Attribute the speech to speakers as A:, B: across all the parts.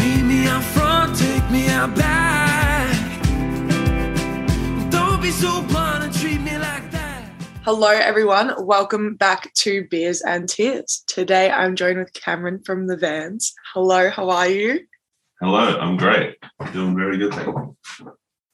A: Meet me out front, take me out back. Don't be so blind and treat me like that.
B: Hello, everyone. Welcome back to Beers and Tears. Today I'm joined with Cameron from the Vans. Hello, how are you?
C: Hello, I'm great. Doing very good, thank you.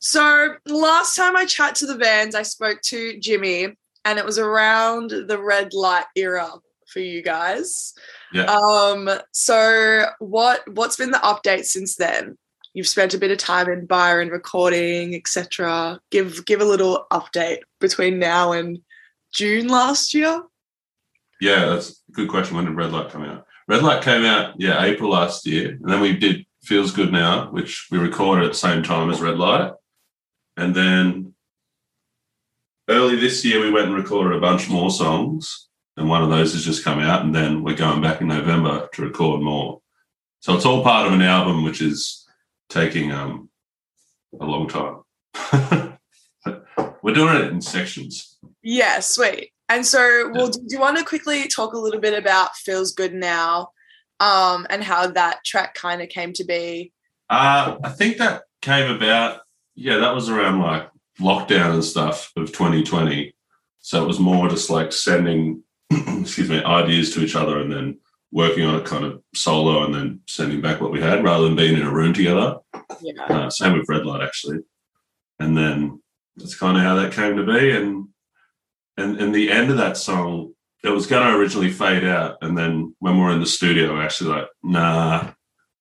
B: So, last time I chat to the Vans, I spoke to Jimmy, and it was around the red light era for you guys.
C: Yeah.
B: Um, so what what's been the update since then? You've spent a bit of time in Byron recording, etc. Give give a little update between now and June last year.
C: Yeah, that's a good question. When did Red Light come out? Red Light came out, yeah, April last year. And then we did Feels Good Now, which we recorded at the same time as Red Light. And then early this year, we went and recorded a bunch more songs. And one of those has just come out. And then we're going back in November to record more. So it's all part of an album, which is taking um, a long time. we're doing it in sections.
B: Yeah, sweet. And so, well,
C: Yeah.
B: do you want to quickly talk a little bit about Feels Good Now um, and how that track kind of came to be?
C: Uh, I think that came about, yeah, that was around like lockdown and stuff of 2020. So it was more just like sending, excuse me, ideas to each other and then working on it kind of solo and then sending back what we had rather than being in a room together.
B: Yeah.
C: Uh, same with Red Light, actually. And then that's kind of how that came to be. And and and the end of that song, it was going to originally fade out, and then when we were in the studio, we're actually like, nah,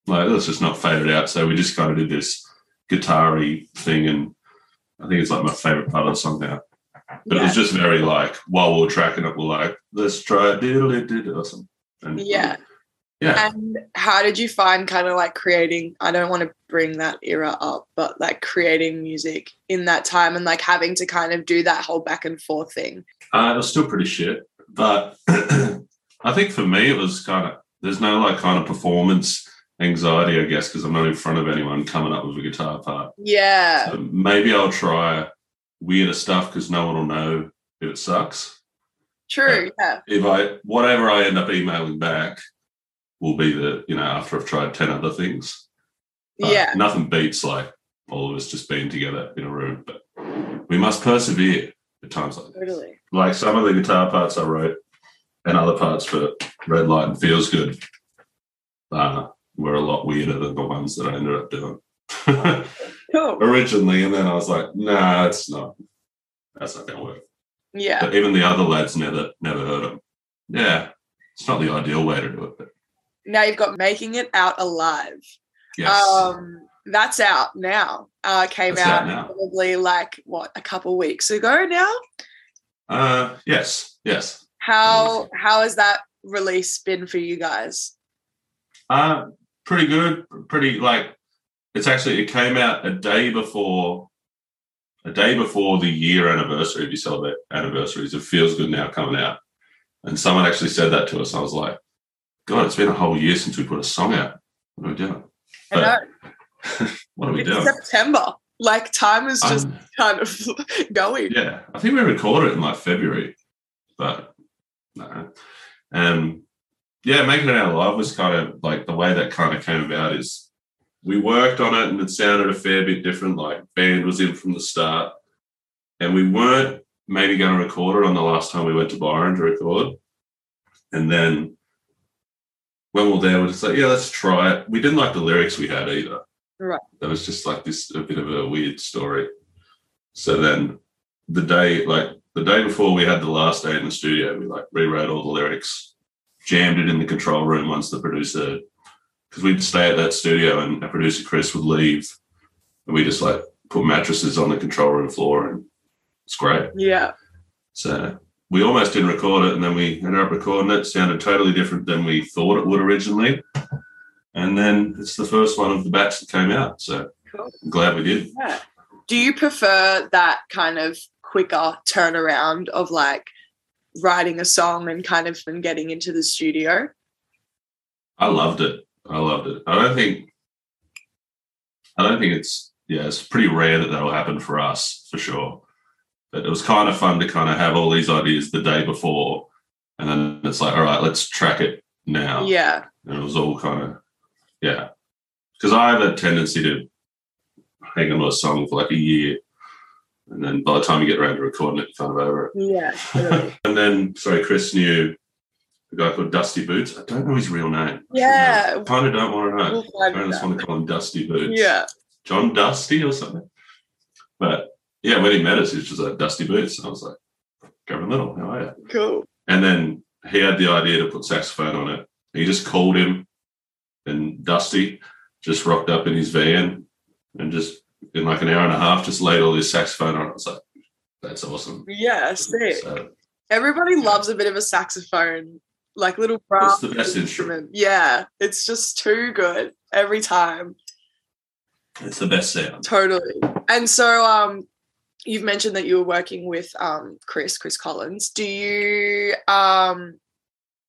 C: like let's just not fade it out. So we just kind of did this guitar-y thing, and I think it's like my favorite part of the song now. But it
B: Yeah.
C: was just very like while we were tracking it, we're like, let's try it, diddle it, diddle or something. And
B: Yeah.
C: yeah.
B: And how did you find kind of like creating? I don't want to bring that era up, but like creating music in that time and like having to kind of do that whole back and forth thing.
C: Uh, it was still pretty shit, but I think for me it was kind of there's no like kind of performance anxiety, I guess, because I'm not in front of anyone coming up with a guitar part.
B: Yeah.
C: So maybe I'll try weirder stuff because no one will know if it sucks.
B: True. Yeah.
C: If I whatever I end up emailing back will be the you know after I've tried ten other things. But
B: Yeah.
C: nothing beats like all of us just being together in a room. But we must persevere at times like this
B: Totally.
C: like some of the guitar parts I wrote and other parts for Red Light and Feels Good uh, were a lot weirder than the ones that I ended up doing
B: Cool.
C: originally. And then I was like, nah, it's not. That's not going to work.
B: Yeah.
C: But even the other lads never never heard them. Yeah, it's not the ideal way to do it, but
B: Now you've got Making It Out Alive.
C: yes.
B: Um, that's out now. Uh, came
C: That's
B: out,
C: out now.
B: probably like what a couple weeks ago now.
C: uh, yes, yes.
B: How how has that release been for you guys?
C: Uh, pretty good. Pretty like it's actually it came out a day before a day before the year anniversary. If you celebrate anniversaries, it feels good now coming out. And someone actually said that to us. I was like, God, it's been a whole year since we put a song out. What are we doing?
B: I know
C: What are Uh, we
B: it's
C: doing?
B: September. Like time is just
C: Um,
B: kind of going.
C: yeah, I think we recorded it in like February, but no. Um, yeah, making it out live was kind of like the way that kind of came about is we worked on it and it sounded a fair bit different. Like band was in from the start, and we weren't maybe going to record it on the last time we went to Byron to record, and then. When we were there, we we're just like, yeah, let's try it. We didn't like the lyrics we had either.
B: Right.
C: That was just like this a bit of a weird story. So then the day like the day before we had the last day in the studio, we like rewrote all the lyrics, jammed it in the control room once the producer because we'd stay at that studio and our producer Chris would leave and we just like put mattresses on the control room floor and it's great.
B: Yeah.
C: So we almost didn't record it and then we ended up recording it. Sounded totally different than we thought it would originally. And then it's the first one of the batch that came out. So
B: Cool.
C: I'm glad we did.
B: Yeah. Do you prefer that kind of quicker turnaround of like writing a song and kind of and getting into the studio?
C: I loved it. I loved it. I don't think I don't think it's yeah, it's pretty rare that that'll happen for us for sure. But it was kind of fun to kind of have all these ideas the day before and then it's like, all right, let's track it now.
B: Yeah.
C: And it was all kind of yeah. Cause I have a tendency to hang on to a song for like a year and then by the time you get around to recording it, you're kind of over it.
B: Yeah. totally.
C: And then, sorry, Chris knew a guy called Dusty Boots. I don't know his real name.
B: Yeah.
C: kind of don't want to know.
B: We'll find
C: I
B: it
C: just
B: out.
C: want to call him Dusty Boots.
B: Yeah.
C: John Dusty or something. But yeah, when he met us, he was just like Dusty Boots. And I was like, Gavin Little, how are you?
B: Cool.
C: And then he had the idea to put saxophone on it. He just called him, and Dusty just rocked up in his van and just in like an hour and a half just laid all his saxophone on. I was like, that's awesome.
B: Yeah. Sick.
C: So
B: Everybody loves a bit of a saxophone, like little brass
C: the best
B: instrument. Yeah. It's just too good every time.
C: it's the best sound.
B: Totally. And so um you've mentioned that you were working with um Chris, Chris Collins. Do you um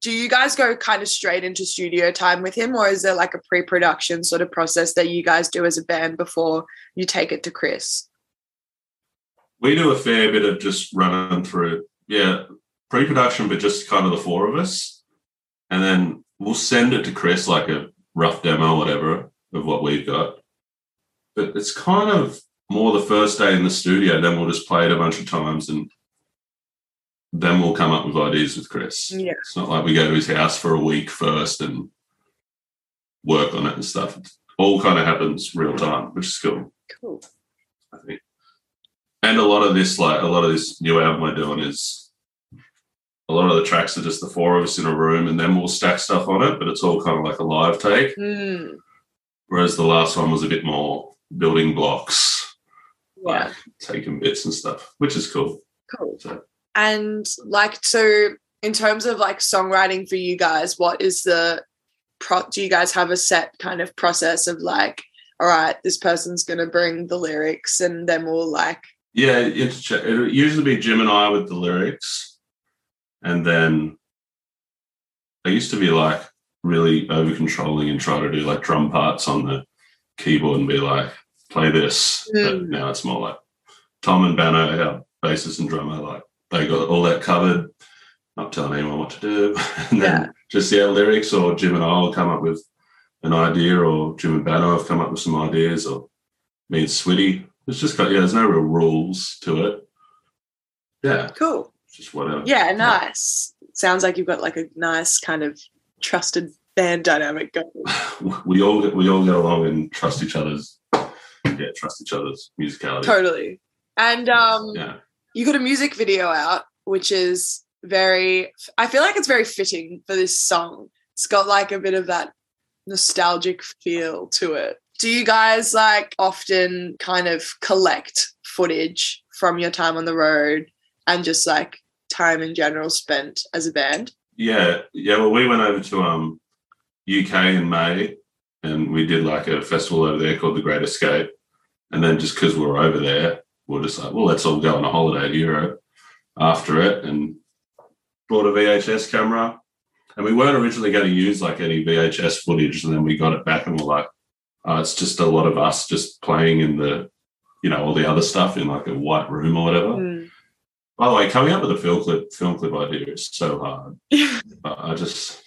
B: do you guys go kind of straight into studio time with him or is there like a pre-production sort of process that you guys do as a band before you take it to Chris?
C: We do a fair bit of just running through, yeah, pre production, but just kind of the four of us. And then we'll send it to Chris like a rough demo or whatever of what we've got. But it's kind of more the first day in the studio, then we'll just play it a bunch of times and then we'll come up with ideas with Chris.
B: Yeah.
C: It's not like we go to his house for a week first and work on it and stuff. It all kind of happens real time, which is cool.
B: Cool.
C: I think. And a lot of this, like a lot of this new album we're doing is a lot of the tracks are just the four of us in a room and then we'll stack stuff on it, but it's all kind of like a live take.
B: Mm,
C: Whereas the last one was a bit more building blocks,
B: yeah.
C: taking bits and stuff, which is cool.
B: Cool.
C: So-
B: And like so in terms of like songwriting for you guys, what is the pro do you guys have a set kind of process of like, all right, this person's gonna bring the lyrics and then we'll like
C: Yeah, interch- it'll usually be Jim and I with the lyrics. And then I used to be like really over controlling and try to do like drum parts on the keyboard and be like, play this. But
B: Mm.
C: now it's more like Tom and Bano, our bassist and drummer, like they got all that covered, not telling anyone what to do. And then
B: Yeah.
C: just yeah, lyrics or Jim and I will come up with an idea or Jim and Bano have come up with some ideas or me and Switty. It's just got yeah, there's no real rules to it. Yeah,
B: cool.
C: it's just whatever.
B: Yeah, nice. Sounds like you've got like a nice kind of trusted band dynamic going.
C: We all get we all get along and trust each other's yeah, trust each other's musicality.
B: Totally. And um
C: Yeah.
B: you got a music video out, which is very, I feel like it's very fitting for this song. It's got like a bit of that nostalgic feel to it. Do you guys like often kind of collect footage from your time on the road and just like time in general spent as a band?
C: Yeah. Yeah. Well we went over to um UK in May and we did like a festival over there called the Great Escape. And then just because we were over there, we are just like, well, let's all go on a holiday to Europe after it and bought a VHS camera. And we weren't originally going to use like any VHS footage. And then we got it back and we're like, oh, it's just a lot of us just playing in the, you know, all the other stuff in like a white room or whatever. By the way, coming up with a film clip film clip idea is so hard. But I just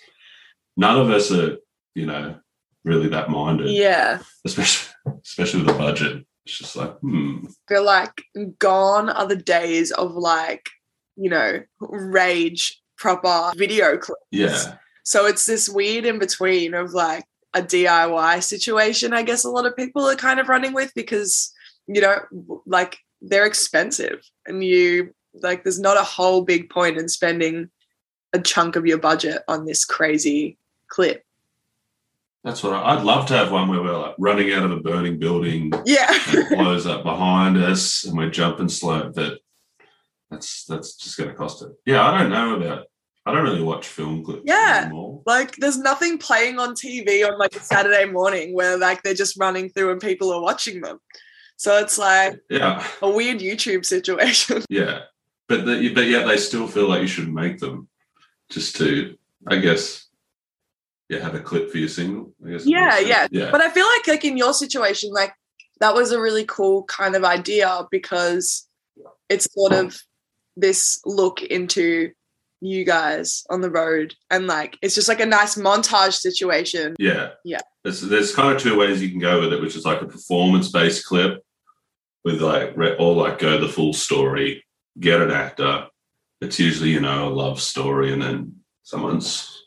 C: none of us are, you know, really that minded.
B: Yeah.
C: Especially especially with the budget. It's just like, hmm.
B: They're like gone are the days of like, you know, rage proper video clips.
C: Yeah.
B: So it's this weird in between of like a DIY situation, I guess a lot of people are kind of running with because, you know, like they're expensive and you like there's not a whole big point in spending a chunk of your budget on this crazy clip.
C: That's what I, I'd love to have one where we're like running out of a burning building
B: Yeah.
C: and it blows up behind us and we're jumping slow, but that's that's just gonna cost it. Yeah, I don't know about I don't really watch film clips
B: Yeah.
C: anymore.
B: Like, there's nothing playing on TV on like a Saturday morning where like they're just running through and people are watching them. So it's like
C: Yeah,
B: a weird YouTube situation.
C: yeah, but the, but yet they still feel like you should make them just to, I guess, yeah, have a clip for your single. I guess. it
B: Yeah,
C: makes sense.
B: yeah.
C: yeah.
B: But I feel like like in your situation, like that was a really cool kind of idea because it's sort of this look into you guys on the road and like it's just like a nice montage situation.
C: Yeah.
B: Yeah.
C: There's, there's kind of two ways you can go with it, which is like a performance based clip with like, re- or like go the full story, get an actor. It's usually, you know, a love story and then someone's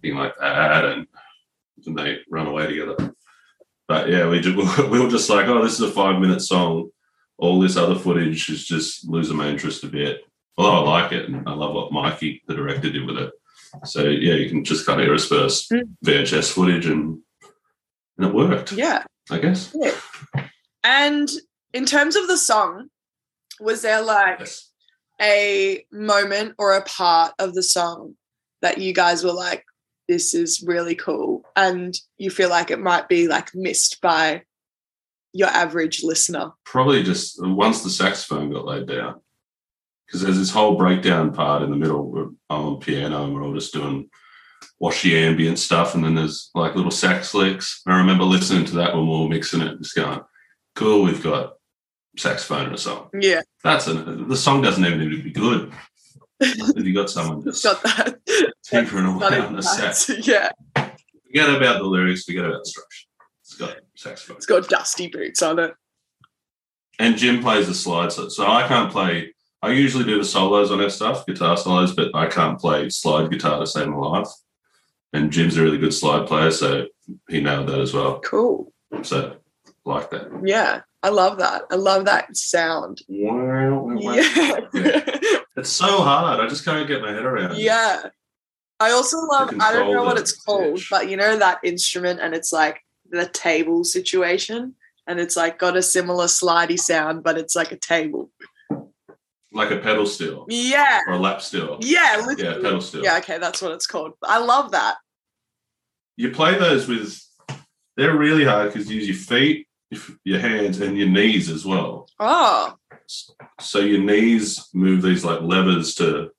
C: being like that and, and they run away together. But yeah, we, ju- we were just like, oh, this is a five minute song. All this other footage is just losing my interest a bit. Although I like it and I love what Mikey, the director, did with it. So yeah, you can just kind of intersperse VHS footage and and it worked,
B: Yeah.
C: I guess.
B: And in terms of the song, was there like
C: Yes.
B: a moment or a part of the song that you guys were like, this is really cool? And you feel like it might be like missed by your average listener?
C: Probably just uh, once the saxophone got laid down. Because there's this whole breakdown part in the middle where I'm on piano and we're all just doing washy ambient stuff. And then there's like little sax licks. I remember listening to that when we were mixing it, just going, cool, we've got saxophone in a song.
B: Yeah,
C: That's an, the song doesn't even need to be good. if you got someone just
B: got that.
C: tinkering
B: Got
C: away
B: it.
C: on the sax.
B: Yeah,
C: Forget about the lyrics, forget about the structure. It's got saxophone.
B: it's got dusty boots on it.
C: And Jim plays the slide, so, so I can't play. I usually do the solos on our stuff, guitar solos, but I can't play slide guitar to save my life. And Jim's a really good slide player, so he nailed that as well.
B: Cool.
C: So like that.
B: Yeah, I love that. I love that sound. Yeah.
C: It's so hard. I just can't get my head around it.
B: yeah. I also love, I don't
C: control
B: know what
C: the
B: it's called,
C: pitch.
B: but you know that instrument and it's like the table situation and it's like got a similar slidey sound, but it's like a table.
C: Like a pedal steel
B: Yeah.
C: or a lap steel.
B: Yeah.
C: Yeah,
B: Literally.
C: pedal steel.
B: Yeah. Okay. That's what it's called. I love that.
C: you play those with they're really hard because you use your feet your hands and your knees as well
B: Oh,
C: so your knees move these like levers to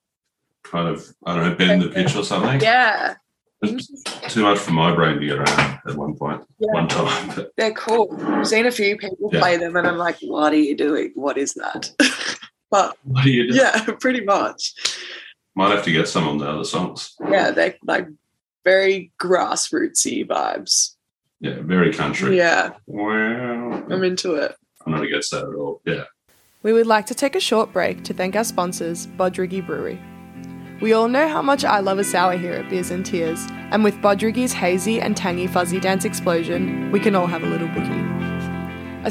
C: kind of i don't know bend the pitch or something
B: yeah.
C: It's too much for my brain to get around at one point
B: Yeah.
C: one time but
B: They're cool. I've seen a few people
C: Yeah.
B: play them and I'm like, what are you doing? What is that? but
C: what do you do
B: yeah, pretty much.
C: might have to get some on the other songs
B: Yeah. They're like very grassrootsy vibes.
C: yeah very country
B: Yeah.
C: wow
B: I'm into it.
C: i'm not against that at all yeah
D: We would like to take a short break to thank our sponsors, Bodriggy Brewery. We all know how much I love a sour here at Beers and Tears, and with Bodriggy's hazy and tangy fuzzy dance explosion, we can all have a little boogie.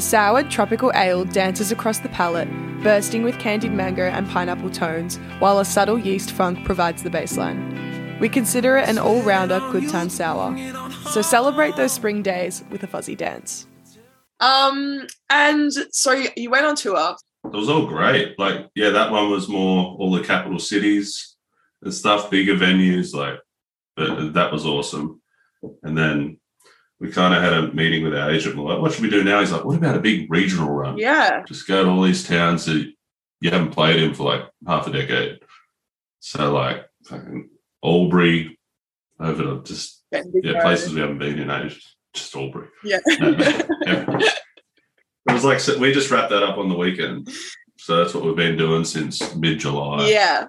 D: A soured tropical ale dances across the palate, bursting with candied mango and pineapple tones, while a subtle yeast funk provides the baseline. We consider it an all rounder good time sour. So celebrate those spring days with a fuzzy dance.
B: Um, and so you- you went on tour.
C: it was all great. Like, yeah, that one was more all the capital cities and stuff, bigger venues. Like, but that was awesome. And then we kind of had a meeting with our agent. We're like, what should we do now? He's like, what about a big regional run?
B: Yeah.
C: Just go to all these towns that you haven't played in for like half a decade. So, like, fucking Albury, over to just, yeah, places we haven't been in ages, just Albury.
B: Yeah.
C: it was like so we just wrapped that up on the weekend, so that's what we've been doing since mid July.
B: Yeah.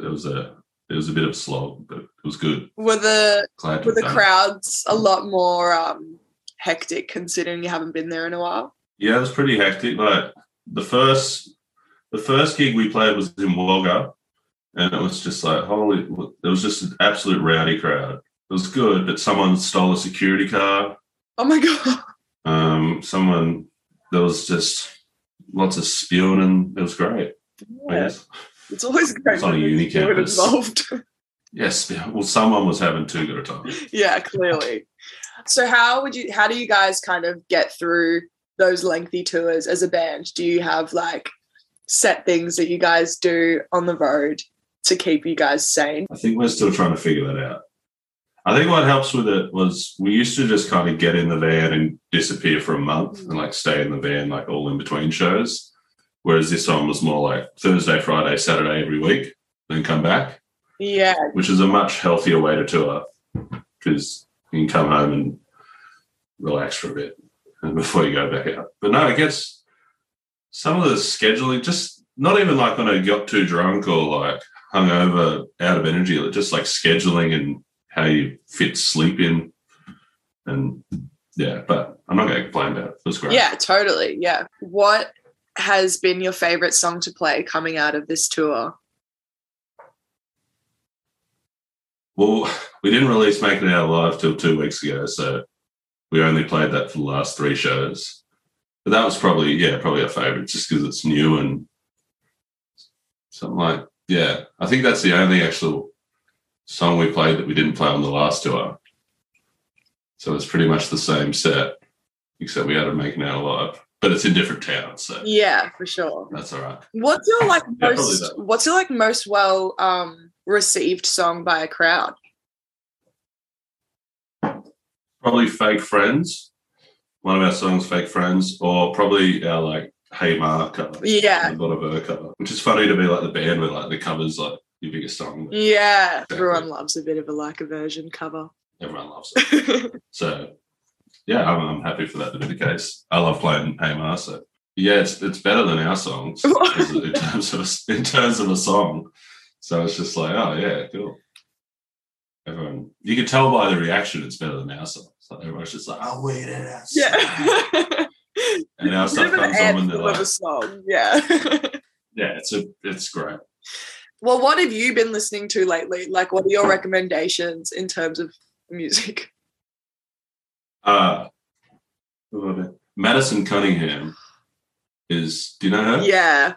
C: it was a it was a bit of a slog, but it was good.
B: Were the
C: Glad to
B: were
C: have
B: the
C: done it.
B: crowds a lot more um hectic considering you haven't been there in a while?
C: Yeah, it was pretty hectic. Like the first the first gig we played was in Wagga, and it was just like holy. It was just an absolute rowdy crowd. It was good, but someone stole a security car.
B: Oh my god.
C: Um, someone there was just lots of spewing, and it was great. I
B: Yeah.
C: guess.
B: It's always great.
C: It's on a
B: when there's
C: uni
B: children
C: campus.
B: Involved.
C: Yes, yeah, well, someone was having too good a time.
B: yeah, clearly. So how would you how do you guys kind of get through those lengthy tours as a band? Do you have like set things that you guys do on the road to keep you guys sane?
C: I think we're still trying to figure that out. I think what helps with it was we used to just kind of get in the van and disappear for a month and like stay in the van like all in between shows. Whereas this one was more like Thursday, Friday, Saturday every week, then come back,
B: Yeah,
C: which is a much healthier way to tour because you can come home and relax for a bit and before you go back out. But no, it gets some of the scheduling, just not even like when I got too drunk or like hungover, out of energy, like, just like scheduling and how you fit sleep in. And yeah, but I'm not going to complain about it. It was great.
B: yeah, totally. Yeah. What has been your favorite song to play coming out of this tour?
C: Well, we didn't release Make It Out Live till two weeks ago, so we only played that for the last three shows. But that was probably, yeah, probably our favorite just because it's new and something like, yeah. I think that's the only actual song we played that we didn't play on the last tour. So it's pretty much the same set, except we had to Make It Out Live, but it's in different towns, so
B: Yeah, for sure.
C: that's all right.
B: What's your like
C: Yeah, probably
B: most
C: that.
B: what's your like most well um received song by a crowd?
C: probably fake friends one of our songs fake friends or probably our like hey ma cover
B: Yeah.
C: a lot of her cover which is funny to be like the band with like the covers like your biggest song
B: Mm.
C: that
B: Yeah.
C: Exactly.
B: Everyone loves a bit of a like a version cover.
C: everyone loves it. so yeah I'm, I'm happy for that to be the case i love playing hey ma so yeah it's, it's better than our songs as- in terms of a- in terms of a song so it's just like oh yeah cool everyone you can tell by the reaction it's better than our songs like everyone's just like oh wait that's
B: yeah.
C: and our
B: Bit of
C: stuff
B: an
C: comes on when
B: anthem
C: they're
B: of
C: like
B: a song. Yeah.
C: yeah, it's a it's great.
B: Well, what have you been listening to lately? Like, what are your recommendations in terms of music?
C: Uh, who was it? Madison Cunningham is. Do you know her?
B: Yeah,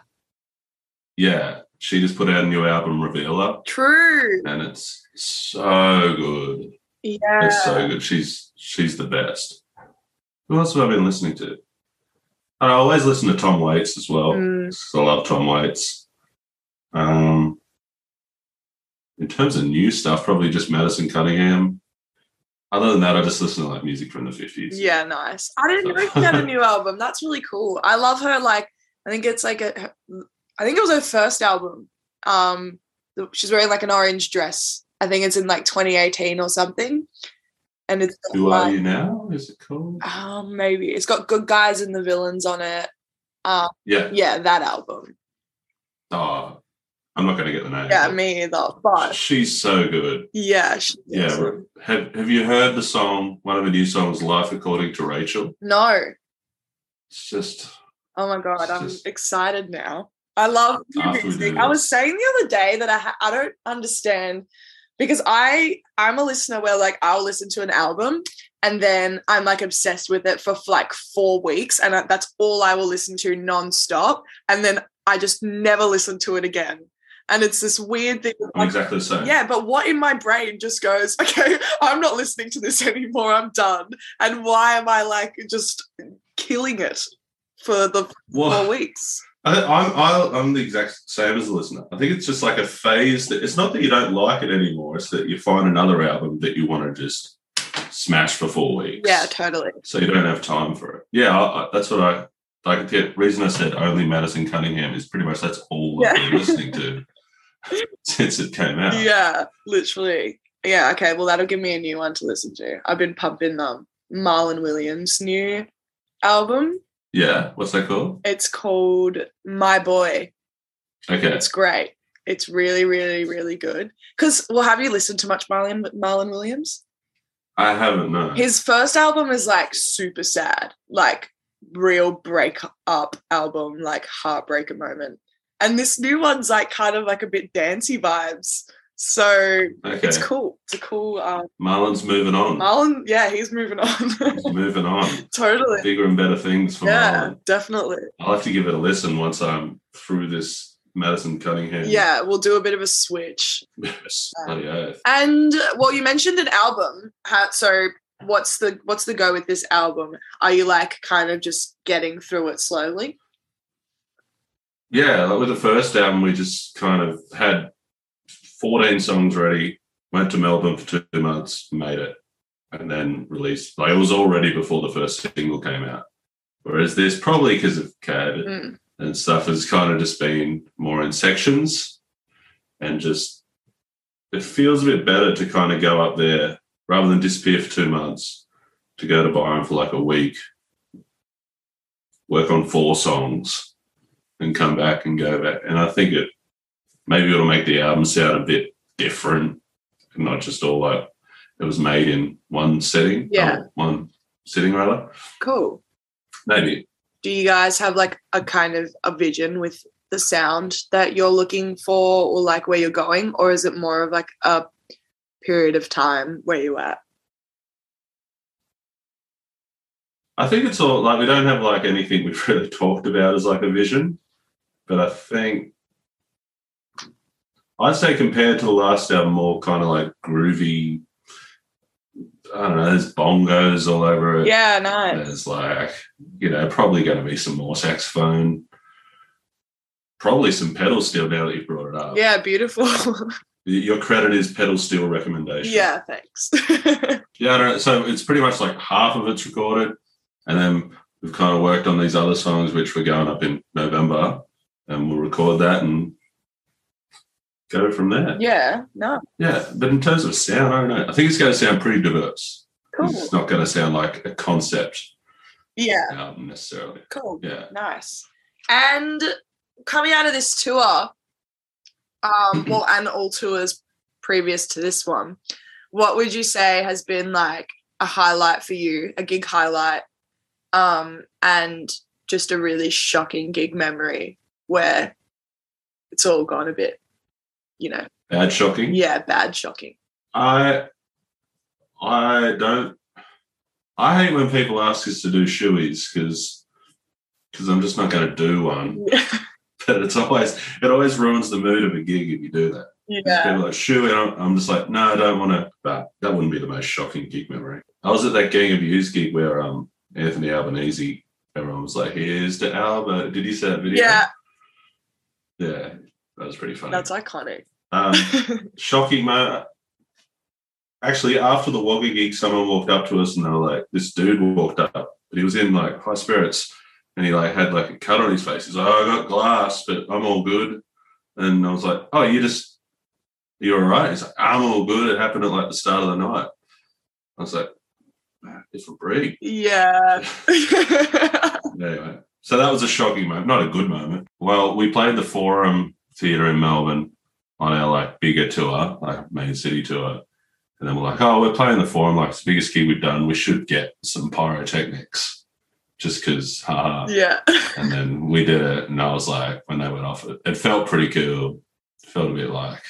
C: Yeah, she just put out a new album, Revealer,
B: true.
C: and it's so good.
B: Yeah,
C: It's so good. She's she's the best. Who else have I been listening to? And I always listen to Tom Waits as well.
B: Mm.
C: 'cause I love Tom Waits. Um, in terms of new stuff, probably just Madison Cunningham. Other than that, I just listen to like music from the fifties.
B: yeah, nice. I didn't know she had a new album. That's really cool. I love her. Like, I think it's like a, I think it was her first album. Um, she's wearing like an orange dress. I think it's in like 2018 or something, and it's got,
C: Who are
B: like,
C: you now? Is it called?
B: Um, maybe it's got good guys and the villains on it.
C: Yeah.
B: Yeah, that album.
C: Oh, I'm not going to get the name.
B: Yeah, me either. But
C: she's so good.
B: yeah, she's
C: Yeah.
B: awesome.
C: Have Have you heard the song? One of her new songs, "Life According to Rachel."
B: No.
C: It's just
B: Oh my god,
C: It's
B: I'm
C: just-
B: excited now. I love new
C: After we
B: music.
C: do
B: I was
C: this.
B: saying the other day that I ha- I don't understand because I I'm a listener where like I'll listen to an album and then I'm like obsessed with it for like four weeks and I, that's all I will listen to nonstop and then I just never listen to it again. And it's this weird thing.
C: I'm
B: like,
C: exactly the same.
B: yeah, but what in my brain just goes, okay, I'm not listening to this anymore. I'm done. And why am I like just killing it for the
C: Well,
B: four weeks?
C: I, I'm I, I'm the exact same as a listener. I think it's just like a phase that it's not that you don't like it anymore. It's that you find another album that you want to just smash for four weeks.
B: Yeah, totally.
C: so you don't have time for it. Yeah, I, I, that's what I like. The reason I said only Madison Cunningham is pretty much that's all I've been listening to since it came out.
B: Yeah, literally. Yeah, okay. Well, that'll give me a new one to listen to. I've been pumping um, Marlon Williams' new album.
C: Yeah, what's that called?
B: It's called My Boy.
C: Okay,
B: It's great. It's really, really, really good. Because, well, have you listened to much Marlon, Marlon Williams?
C: I haven't known.
B: His first album is like super sad, like real breakup album, like heartbreaker moment. And this new one's like kind of like a bit dancey vibes. So
C: okay,
B: it's cool. It's a cool um
C: Marlon's moving on.
B: Marlon, yeah, he's moving on.
C: He's moving on.
B: totally.
C: Bigger and better things for
B: Yeah,
C: Marlon.
B: definitely.
C: I'll have to give it a listen once I'm through this Madison Cunningham.
B: Yeah, we'll do a bit of a switch.
C: Yes, bloody oath.
B: And well, you mentioned an album. How, so what's the what's the go with this album? Are you like kind of just getting through it slowly?
C: Yeah, like with the first album, we just kind of had 14 songs ready. Went to Melbourne for two months, made it, and then released. Like it was all ready before the first single came out. Whereas this, probably because of CAD
B: Mm.
C: and stuff, has kind of just been more in sections and just it feels a bit better to kind of go up there rather than disappear for two months to go to Byron for like a week, work on four songs, and come back and go back. And I think it maybe it'll make the album sound a bit different and not just all like it was made in one setting,
B: Yeah.
C: oh, one sitting rather.
B: Cool.
C: Maybe.
B: Do you guys have like a kind of a vision with the sound that you're looking for or like where you're going? Or is it more of like a period of time where you at?
C: I think it's all like we don't have like anything we've really talked about as like a vision, but I think I'd say compared to the last album, more kind of like groovy. I don't know. There's bongos all over it.
B: Yeah, nice.
C: There's like you know probably going to be some more saxophone, probably some pedal steel. Now that you brought it up,
B: Yeah, beautiful.
C: Y- your credit is pedal steel recommendation.
B: yeah, thanks.
C: Yeah, I don't, so it's pretty much like half of it's recorded, and then we've kind of worked on these other songs, which we're going up in November, and we'll record that and go from there.
B: yeah, no,
C: Yeah, but in terms of sound, I don't know. I think it's going to sound pretty diverse.
B: cool.
C: It's not going to sound like a concept
B: Yeah,
C: album necessarily.
B: cool.
C: Yeah,
B: Nice. And coming out of this tour, um, well, and all tours previous to this one, what would you say has been like a highlight for you, a gig highlight, um, and just a really shocking gig memory where it's all gone a bit, you know,
C: bad shocking.
B: yeah, bad, shocking.
C: I I don't I hate when people ask us to do shoeies because because I'm just not going to do one. But it's always it always ruins the mood of a gig if you do that.
B: yeah.
C: People are like shoey, and I'm, I'm just like no, I don't want to. But that wouldn't be the most shocking gig memory. I was at that Gang of You's gig where um Anthony Albanese, everyone was like, "Here's to Albert." Did you see that video?
B: Yeah,
C: yeah, that was pretty funny.
B: that's iconic.
C: um, shocking moment. Actually, after the Wagga gig, someone walked up to us and they were like, this dude walked up, but he was in like high spirits and he like had like a cut on his face. He's like, oh, I got glass, but I'm all good. And I was like, oh, you just, you're all right. He's like, I'm all good. It happened at like the start of the night. I was like, "Ah, different breed.
B: yeah.
C: Anyway, so that was a shocking moment, not a good moment. Well, we played the Forum Theatre in Melbourne on our like bigger tour, like main city tour, and then we're like, oh, we're playing the Forum, like it's the biggest gig we've done. We should get some pyrotechnics, just because, haha.
B: yeah.
C: And then we did it, and I was like, when they went off, it, it felt pretty cool. felt a bit like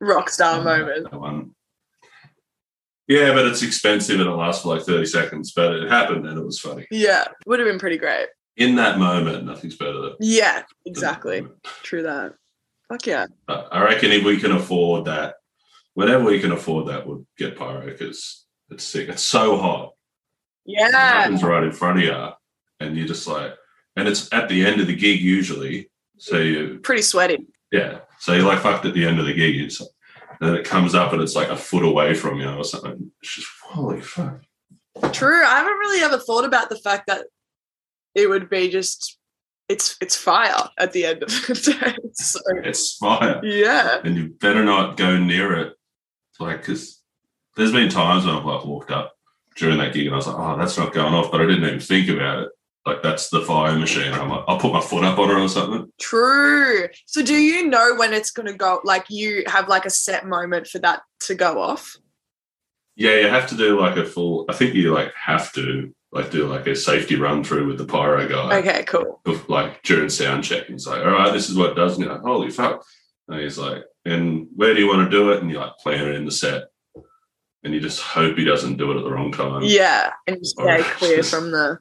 B: Rock star
C: um,
B: moment.
C: that one. Yeah, but it's expensive and it lasts for like 30 seconds. But it happened and it was funny.
B: Yeah. Would have been pretty great.
C: In that moment, nothing's better than
B: Yeah, exactly. True that. Fuck yeah.
C: But I reckon if we can afford that, whenever we can afford that, we'll get pyro because it's sick. It's so hot. It
B: Yeah.
C: happens right in front of you, and you're just like, and it's at the end of the gig usually. So you,
B: Pretty sweaty.
C: yeah, so you're like fucked at the end of the gig. You're just like- and then it comes up and it's like a foot away from you or something. It's just holy fuck.
B: True. I haven't really ever thought about the fact that it would be just it's it's fire at the end of the day. So
C: It's fire,
B: yeah.
C: and you better not go near it, like because there's been times when I've like walked up during that gig and I was like, oh, that's not going off, but I didn't even think about it. Like that's the fire machine. I'm like, I'll put my foot up on it or something.
B: True. So do you know when it's gonna go like you have like a set moment for that to go off?
C: Yeah, you have to do like a full. I think you like have to like do like a safety run through with the pyro guy,
B: Okay, cool.
C: bef- like during sound check. He's like, all right, this is what it does. And you're like, holy fuck. And he's like, and where do you want to do it? And you like plan it in the set, and you just hope he doesn't do it at the wrong time.
B: Yeah. And you stay
C: Alright.
B: clear from the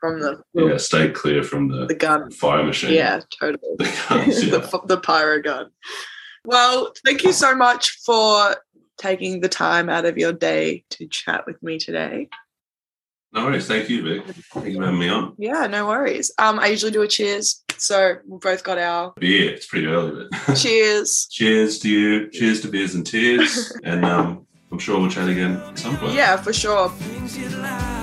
B: from the
C: Yeah, stay clear from
B: the
C: the
B: gun.
C: fire machine.
B: Yeah, totally.
C: The guns, yeah.
B: the, f- the pyro gun. Well, thank you so much for taking the time out of your day to chat with me today.
C: No worries. Thank you, Vic. Thank you for having me on.
B: Yeah, no worries. Um, I usually do a cheers So we both got our
C: Beer. It's pretty early, but
B: cheers.
C: cheers to you. Cheers to beers and tears. and um, I'm sure we'll chat again at some point.
B: Yeah, for sure.
A: Things you like.